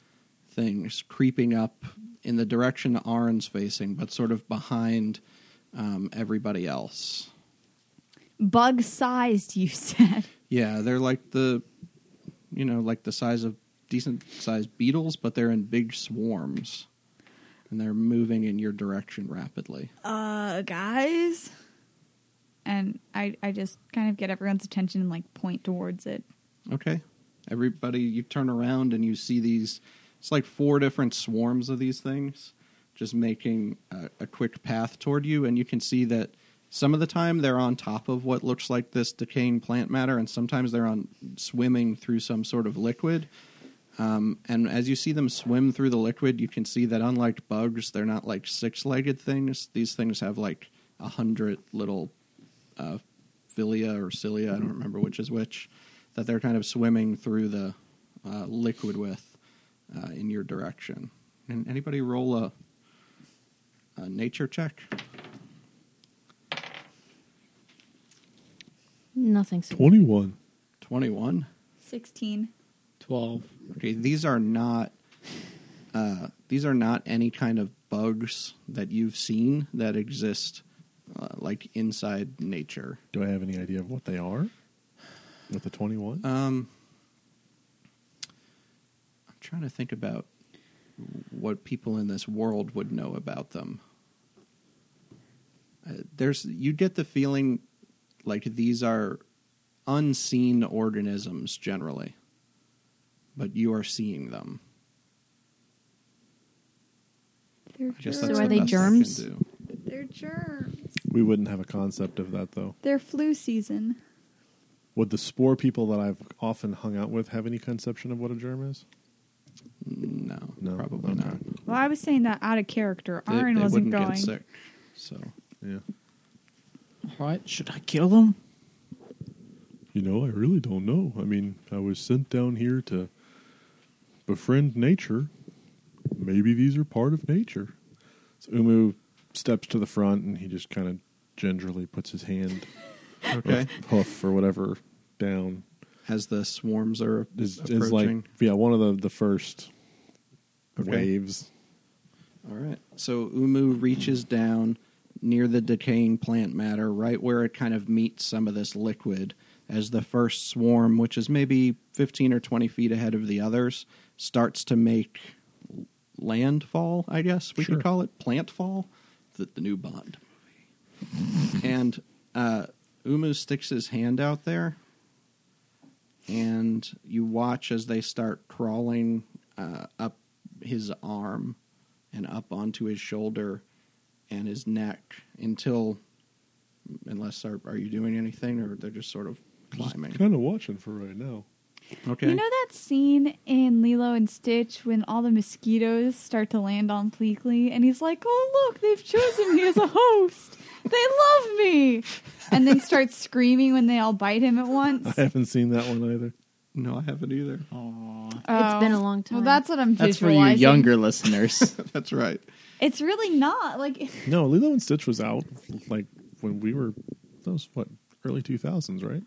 B: things creeping up in the direction Aaron's facing, but sort of behind um, everybody else.
D: Bug sized, you said.
B: Yeah, they're like the, you know, like the size of decent sized beetles, but they're in big swarms. And they're moving in your direction rapidly.
D: Uh guys. And I I just kind of get everyone's attention and like point towards it.
B: Okay. Everybody, you turn around and you see these. It's like four different swarms of these things just making a, a quick path toward you. And you can see that some of the time they're on top of what looks like this decaying plant matter, and sometimes they're on swimming through some sort of liquid. Um, and as you see them swim through the liquid, you can see that unlike bugs, they're not like six legged things. These things have like a hundred little uh, philia or cilia, I don't remember which is which, that they're kind of swimming through the uh, liquid with uh, in your direction. And anybody roll a, a nature check?
A: Nothing. significant.
E: 21.
B: 21.
D: Sixteen.
C: Twelve.
B: Okay, these are not uh, these are not any kind of bugs that you've seen that exist uh, like inside nature.
E: Do I have any idea of what they are? With the 21?
B: Um, I'm trying to think about what people in this world would know about them. Uh, there's you get the feeling like these are unseen organisms generally, but you are seeing them.
D: They're
B: I guess
D: germs.
A: So
B: that's
A: are
B: the
A: they
B: best
A: germs?
B: I can do.
D: They're germs.
E: we wouldn't have a concept of that, though.
D: They're flu season.
E: Would the spore people that I've often hung out with have any conception of what a germ is?
B: No,
E: No?
B: probably
E: Okay.
B: not.
D: Well, I was saying that out of character.
B: They-
D: Aaron
B: they
D: wasn't
B: wouldn't
D: going.
B: get sick. So
E: Yeah.
C: All right. Should I kill them?
E: You know, I really don't know. I mean, I was sent down here to befriend nature. Maybe these are part of nature. So Umu steps to the front and he just kind of gingerly puts his hand,
B: Okay.
E: or hoof or whatever, down.
B: As the swarms are
E: Is,
B: approaching.
E: is like, yeah, one of the, the first
B: Okay.
E: waves.
B: All right. So Umu reaches down near the decaying plant matter, right where it kind of meets some of this liquid, as the first swarm, which is maybe 15 or 20 feet ahead of the others, starts to make landfall, I guess we
E: Sure.
B: could call it plantfall, the, the new Bond movie. and uh, Umu sticks his hand out there, and you watch as they start crawling uh, up his arm and up onto his shoulder and his neck until, unless are, are you doing anything or they're just sort of climbing?
E: Kind of watching for right now.
B: okay.
D: You know that scene in Lilo and Stitch when all the mosquitoes start to land on Pleakley and he's like, "Oh look, they've chosen me as a host. They love me," and then starts screaming when they all bite him at once.
E: I haven't seen that one either.
B: no, I haven't either.
A: It's been a long
D: Well,
A: time.
D: that's what I'm
C: That's for you
D: visualizing.
C: younger listeners.
B: That's right.
D: It's really not like
E: No, Lilo and Stitch was out like when we were. That was what early two thousands, right?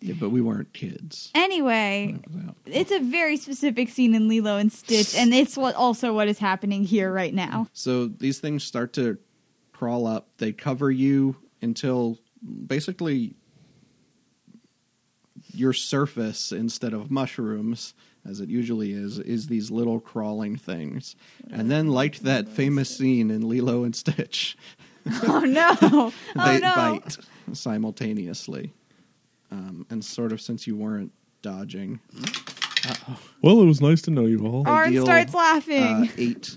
B: Yeah, but we weren't kids.
D: anyway. It's a very specific scene in Lilo and Stitch, and it's what also what is happening here right now.
B: So these things start to crawl up. They cover you until basically your surface instead of mushrooms as it usually is is these little crawling things. And then like that famous scene in Lilo and Stitch,
D: Oh no! Oh
B: they
D: no!
B: bite simultaneously. Um, and sort of since you weren't dodging, uh,
E: Well, it was nice to know you all.
B: Are-
D: Arn
B: Ideal,
D: starts
B: uh,
D: laughing.
B: eight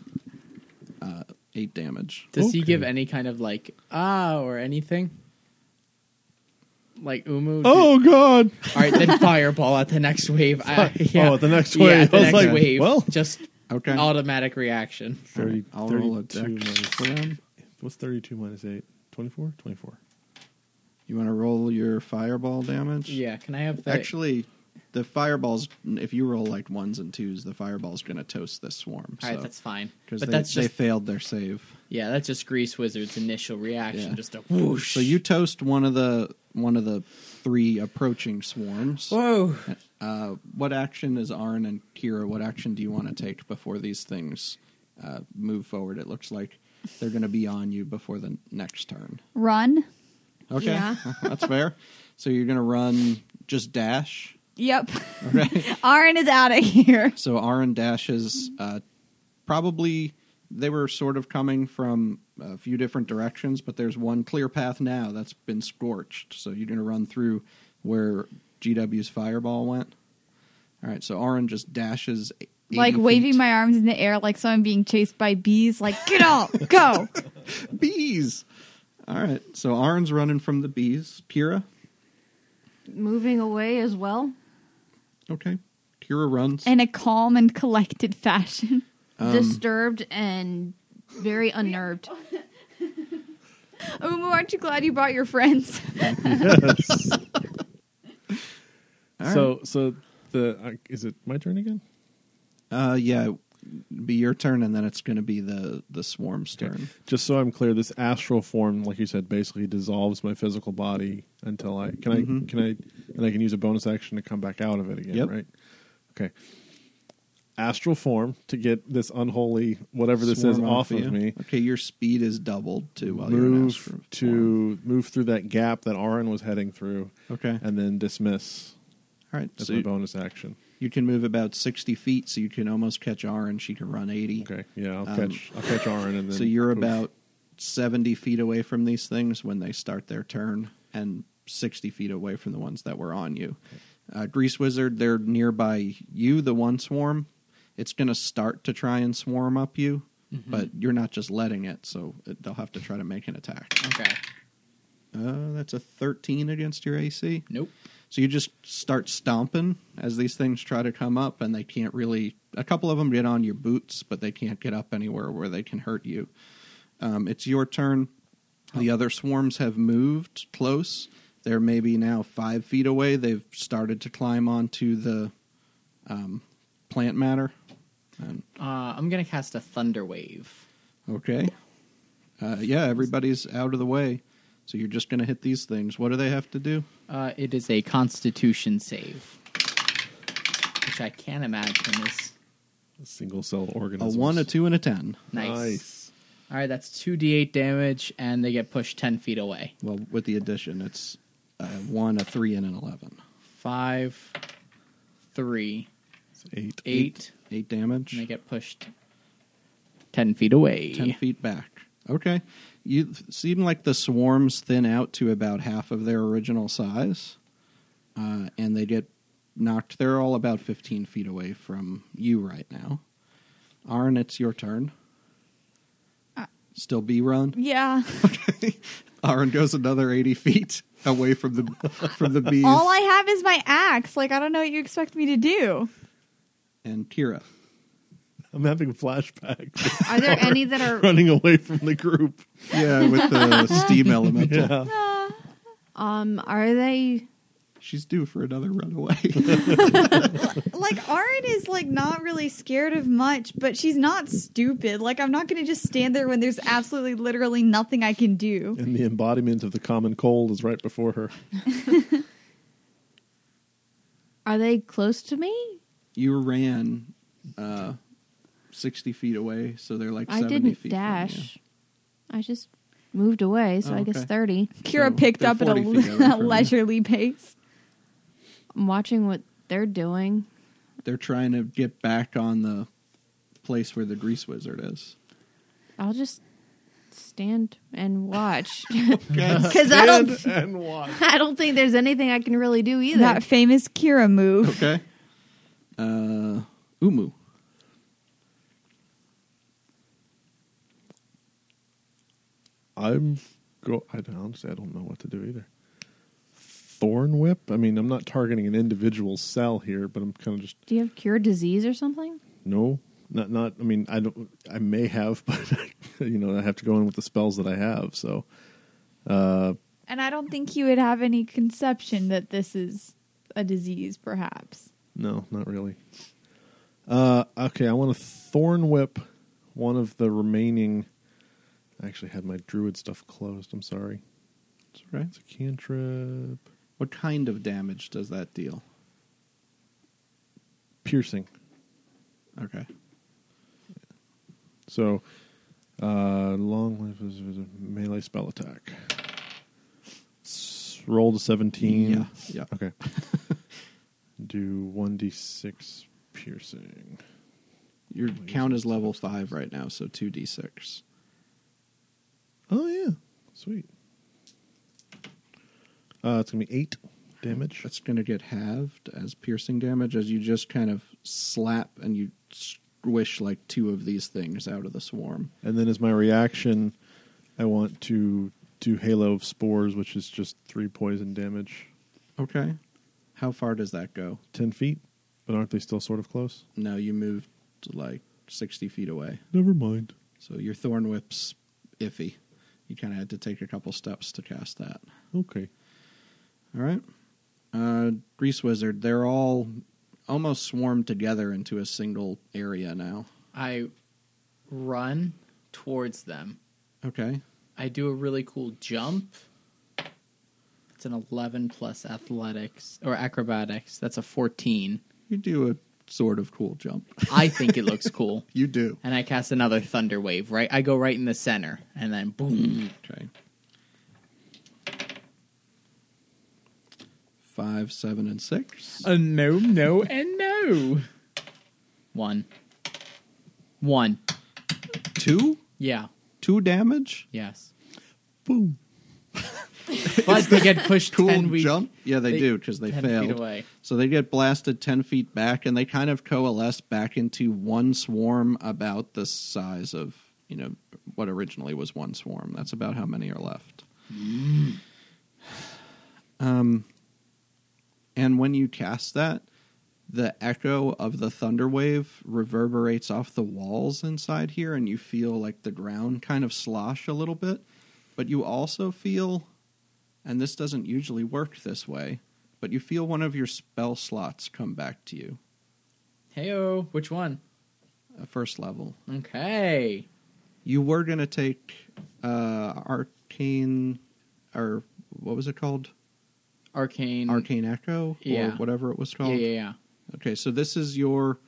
B: uh, eight damage.
C: Does he
E: Okay.
C: give any kind of like ah or anything? Like Umu?
E: oh God!
C: All right, then fireball at the next wave. I, yeah.
E: Oh, at the next
C: Yeah,
E: wave.
C: at the
E: I was
C: next
E: like,
C: wave.
E: well,
C: just
B: Okay.
C: automatic reaction.
B: All right, I'll roll a
E: 32
B: dex
E: minus-
B: slam.
E: What's thirty-two minus eight? Twenty-four. Twenty-four.
B: You want to roll your fireball damage?
C: Yeah, can I have that?
B: Actually, the fireballs, if you roll like ones and twos, the fireball's going to toast this swarm.
C: all right,
B: so-
C: that's fine. But
B: 'cause they,
C: that's
B: they
C: just
B: failed their save.
C: yeah, that's just Grease Wizard's initial reaction.
B: Yeah.
C: Just a whoosh.
B: So you toast one of the one of the three approaching swarms.
C: whoa.
B: Uh, what action is Arn and Kira? What action do you want to take before these things uh, move forward? It looks like they're going to be on you before the next turn.
D: Run.
B: Okay,
A: Yeah.
B: that's fair. So you're going to run just dash.
D: Yep.
B: Right.
D: Arn is out of here.
B: So Aaron dashes. Uh, probably they were sort of coming from a few different directions, but there's one clear path now that's been scorched. So you're going to run through where GW's fireball went. All right. So Aaron just dashes. 80
D: Like waving
B: feet.
D: my arms in the air like someone being chased by bees. Like, get out, go.
B: bees. All right. So Aaron's running from the bees. Kira.
A: Moving away as well.
B: Okay. Kira runs.
D: In a calm and collected fashion.
B: Um,
A: Disturbed and very unnerved.
D: Umu, aren't you glad you brought your friends?
E: Yes.
B: All right.
E: So, so the uh, is it my turn again?
B: Uh, yeah. it'd Be your turn, and then it's going to be the the swarm's turn.
E: Just so I'm clear, this astral form, like you said, basically dissolves my physical body until I can I can I and I can use a bonus action to come back out of it again,
B: Mm-hmm. Yep.
E: right? Okay. Astral form to get this unholy whatever this is
B: Swarm
E: off
B: you.
E: of me.
B: Okay, your speed is doubled too while you're in
E: move
B: astro- form.
E: to move through that gap that Aaron was heading through,
B: Okay,
E: and then dismiss
B: all right.
E: as
B: So
E: my
B: you,
E: bonus action.
B: you can move about sixty feet, so you can almost catch Aaron. She can run eighty.
E: Okay, yeah, I'll
B: Um,
E: catch I'll catch Aaron, and then
B: So you're
E: poof.
B: about seventy feet away from these things when they start their turn, and sixty feet away from the ones that were on you. Uh, Grease Wizard, they're nearby you. The one swarm, it's going to start to try and swarm up you,
E: Mm-hmm.
B: but you're not just letting it, so it, they'll have to try to make an attack.
C: Okay.
B: Uh, that's a 13 against your AC.
C: Nope.
B: So you just start stomping as these things try to come up, and they can't really. A couple of them get on your boots, but they can't get up anywhere where they can hurt you. Um, it's your turn. The other swarms have moved close, They're maybe now five feet away. They've started to climb onto the um, plant matter. And,
C: Uh, I'm gonna cast a thunder wave.
B: okay. Uh, yeah, everybody's out of the way. So you're just going to hit these things. What do they have to do?
C: Uh, it is a Constitution save, which I can't imagine is
E: Single cell
B: A
E: organisms.
B: one, a two, and a ten.
C: nice.
E: Nice.
C: All right, that's two d8 damage, and they get pushed ten feet away.
B: Well, with the addition, it's a one, a three, and an eleven.
C: Five, three,
E: Eight.
C: eight,
B: Eight damage.
C: and they get pushed ten feet away.
B: ten feet back. Okay, you seem like the swarms thin out to about half of their original size, uh, and they get knocked. They're all about fifteen feet away from you right now. Arn, it's your turn.
D: Uh,
B: Still B run.
D: Yeah.
B: Arn goes another eighty feet away from the from the bees
D: All I have is my axe. Like I don't know what you expect me to do.
B: and Kira.
E: I'm having flashbacks.
A: Are there any that are
E: running away from the group.
B: Yeah, with the steam elemental.
E: Yeah.
A: um are they
B: She's due for another runaway.
D: Like Arin is like not really scared of much, but she's not stupid. Like I'm not going to just stand there when there's absolutely literally nothing I can do.
E: And the embodiment of the common cold is right before her.
A: are they close to me?
B: you ran uh, 60 feet away, so they're like
A: I
B: 70
A: didn't
B: feet. From
A: dash. I just moved away, so
B: Oh,
A: I guess
B: okay.
A: 30.
D: Kira
B: So
D: picked
B: they're
D: up at a
B: 40 feet away from you.
D: leisurely pace.
A: I'm watching what they're doing.
B: you. They're trying to get back on the place where the grease wizard is.
A: I'll just stand and watch.
D: Because I don't
E: and watch.
A: I don't think there's anything I can really do either.
D: that famous Kira move.
B: Okay. Uh, Umu.
E: I'm go. I don't- honestly, I don't know what to do either. Thorn whip. I mean, I'm not targeting an individual cell here, but I'm kind of just
A: do you have cure disease or something?
E: no, not not. I mean, I don't. I may have, but you know, I have to go in with the spells that I have. So
D: And I don't think you would have any conception that this is a disease, perhaps.
E: no, not really. Uh, okay, I want to thorn whip one of the remaining. I actually had my druid stuff closed. I'm sorry.
B: That's right.
E: It's a cantrip.
B: What kind of damage does that deal?
E: Piercing.
B: Okay.
E: So, uh, long life is a melee spell attack. S- Roll to 17.
B: Yeah. Yeah.
E: Okay. Do 1d6 piercing.
B: Your count is level 5 right now, so 2d6.
E: Oh, yeah. Sweet. Uh, it's going to be 8 damage.
B: That's going to get halved as piercing damage as you just kind of slap and you squish like two of these things out of the swarm.
E: And then as my reaction, I want to do Halo of Spores, which is just 3 poison damage.
B: Okay. How far does that go?
E: 10 feet? But aren't they still sort of close?
B: No, you moved like 60 feet away.
E: Never mind.
B: So your thorn whip's iffy. You kind of had to take a couple steps to cast that.
E: Okay.
B: All right. Uh, Grease Wizard, they're all almost swarmed together into a single area now.
C: I run towards them.
B: Okay.
C: I do a really cool jump. It's an 11 plus athletics or acrobatics. That's a 14.
B: You do a sort of cool jump.
C: I think it looks cool.
B: You do.
C: And I cast another thunder wave, right? I go right in the center and then boom.
B: Okay. Five, seven, and six. Uh,
C: A no, no, and no. One. One.
B: two?
C: Yeah.
B: Two damage?
C: Yes.
E: Boom.
C: But they get pushed
B: cool
C: 10 we-
B: jump? Yeah, they,
C: they-
B: do because they
C: 10 feet
B: failed.
C: away.
B: So they get blasted ten feet back, and they kind of coalesce back into one swarm about the size of you know what originally was one swarm. That's about how many are left. Um, and when you cast that, the echo of the thunder wave reverberates off the walls inside here, and you feel like the ground kind of slosh a little bit. But you also feel and this doesn't usually work this way, but you feel one of your spell slots come back to you,
C: Heyo, which one?
B: a first level.
C: Okay.
B: You were going to take uh, Arcane, or what was it called?
C: Arcane.
B: Arcane Echo, or
C: Yeah.
B: whatever it was
C: Yeah,
B: called.
C: yeah, yeah.
B: Okay, so this is your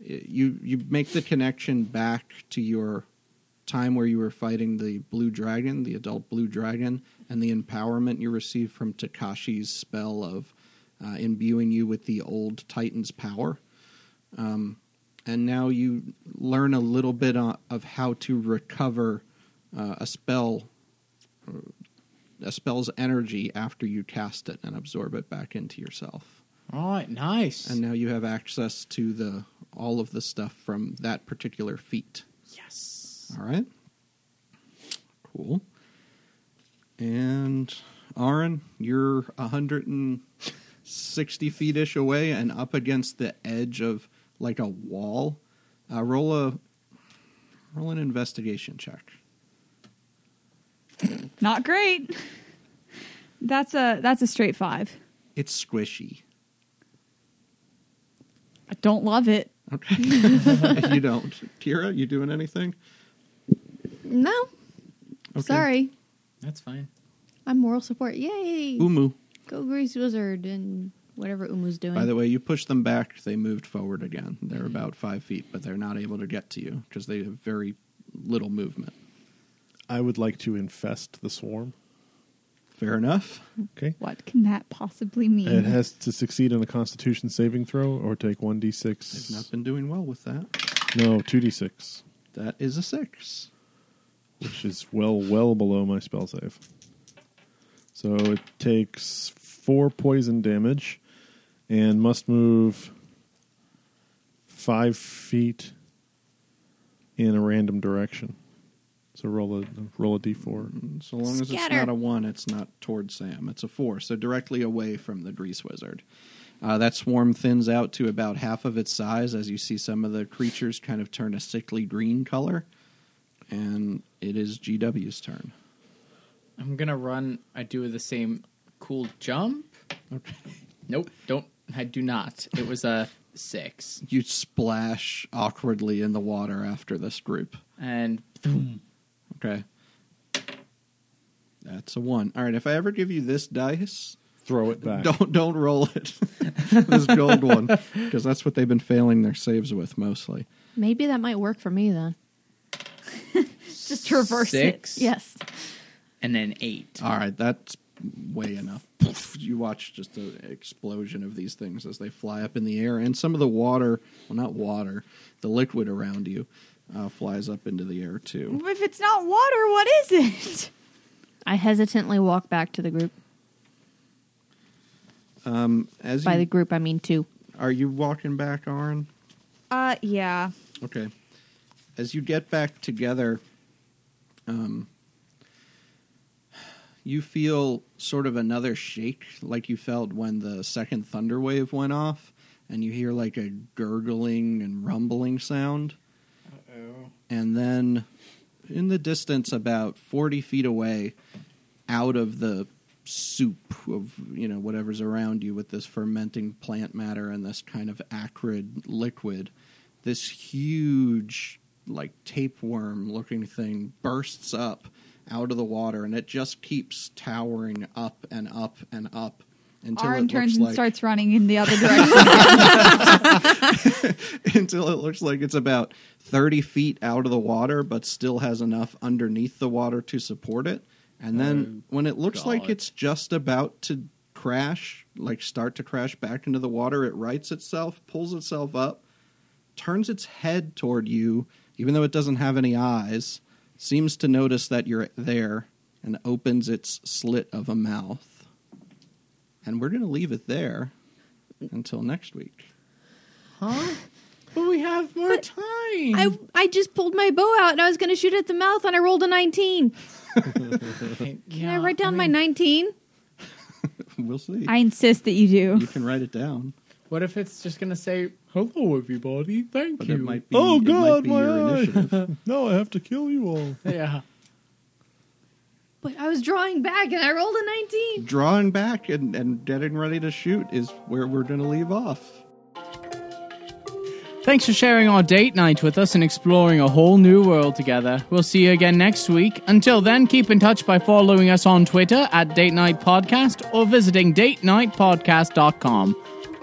B: you you make the connection back to your time where you were fighting the blue dragon, the adult blue dragon, and the empowerment you received from Takashi's spell of uh, imbuing you with the old Titan's power. Um, and now you learn a little bit o- of how to recover uh, a spell, a spell's energy after you cast it and absorb it back into yourself
C: All right, nice.
B: and now you have access to the all of the stuff from that particular feat.
C: yes.
B: All right, cool. And Aaron, you're hundred and sixty feet ish away and up against the edge of like a wall. Uh, roll a roll an investigation check.
D: Not great. That's a that's a straight five.
B: It's squishy.
D: I don't love it.
B: Okay, you don't. Kira, you doing anything?
A: No.
B: Okay.
A: Sorry.
C: That's fine.
A: I'm moral support. Yay.
B: Umu.
A: Go Grease Wizard and whatever Umu's doing.
B: By the way, you push them back; they moved forward again. They're about five feet, but they're not able to get to you because they have very little movement.
E: I would like to infest the swarm.
B: Fair enough.
E: Okay.
D: What can that possibly mean?
E: It has to succeed on a Constitution saving throw or take one d
B: They've not
E: six.
B: been doing well with that.
E: No, two d six,
B: That is a six.
E: which is well, well below my spell save. So it takes four poison damage, and must move five feet in a random direction. So roll a roll a d four.
B: So long as it's
A: Scatter.
B: not a one, it's not toward Sam. It's a four, so directly away from the grease wizard. Uh, that swarm thins out to about half of its size as you see some of the creatures kind of turn a sickly green color, and it is GW's turn.
C: I'm gonna run. I do the same cool jump.
B: Okay.
C: Nope, don't. I do not. It was a six,
B: You splash awkwardly in the water after this group.
C: and boom.
B: Okay. That's a one. All right. If I ever give you this dice,
E: Throw it back.
B: don't don't roll it. this gold one, because that's what they've been failing their saves with mostly.
A: Maybe that might work for me then.
D: Just reverse
C: six,
D: it.
A: Yes.
C: and then eight.
B: All right, that's way enough. Poof, you watch just an explosion of these things as they fly up in the air, and some of the water, well, not water, the liquid around you, uh, flies up into the air too.
D: If it's not water, what is it?
A: I hesitantly walk back to the group.
B: As
A: By
B: you,
A: the group, I mean two.
B: are you walking back, Arn?
D: Uh, yeah.
B: Okay. As you get back together, um, you feel sort of another shake like you felt when the second thunder wave went off, and you hear like a gurgling and rumbling sound. And then in the distance, about 40 feet away, out of the soup of you know whatever's around you with this fermenting plant matter and this kind of acrid liquid this huge like tapeworm looking thing bursts up out of the water and it just keeps towering up and up and up until
D: Arn
B: it
D: turns
B: looks
D: and
B: like
D: starts running in the other direction.
B: until it looks like it's about 30 feet out of the water, but still has enough underneath the water to support it. And then when it looks like
C: God.
B: it's just about to crash, like start to crash back into the water, it rights itself, pulls itself up, turns its head toward you, even though it doesn't have any eyes, seems to notice that you're there, and opens its slit of a mouth. And we're going to leave it there until next week.
C: Huh? But we have more time. Mm-hmm.
A: I, I just pulled my bow out and I was going to shoot at the mouth and I rolled a 19.
C: Can
A: Can I write down my 19?
B: We'll see.
D: I insist that you
B: you
D: do.
B: can write it down,
C: What if it's just gonna say hello, everybody? Thank
B: but
C: you.
B: it might be.
E: Oh
B: it might
E: God,
B: be
E: my
B: your
E: eye!
B: initiative.
E: no, I have to kill you all.
C: Yeah.
A: But I was drawing back and I rolled a 19.
B: Drawing back and, and getting ready to shoot is where we're going to leave off.
C: Thanks for sharing our date night with us and exploring a whole new world together. We'll see you again next week. Until then, keep in touch by following us on Twitter at Date Night Podcast or visiting datenightpodcast.com.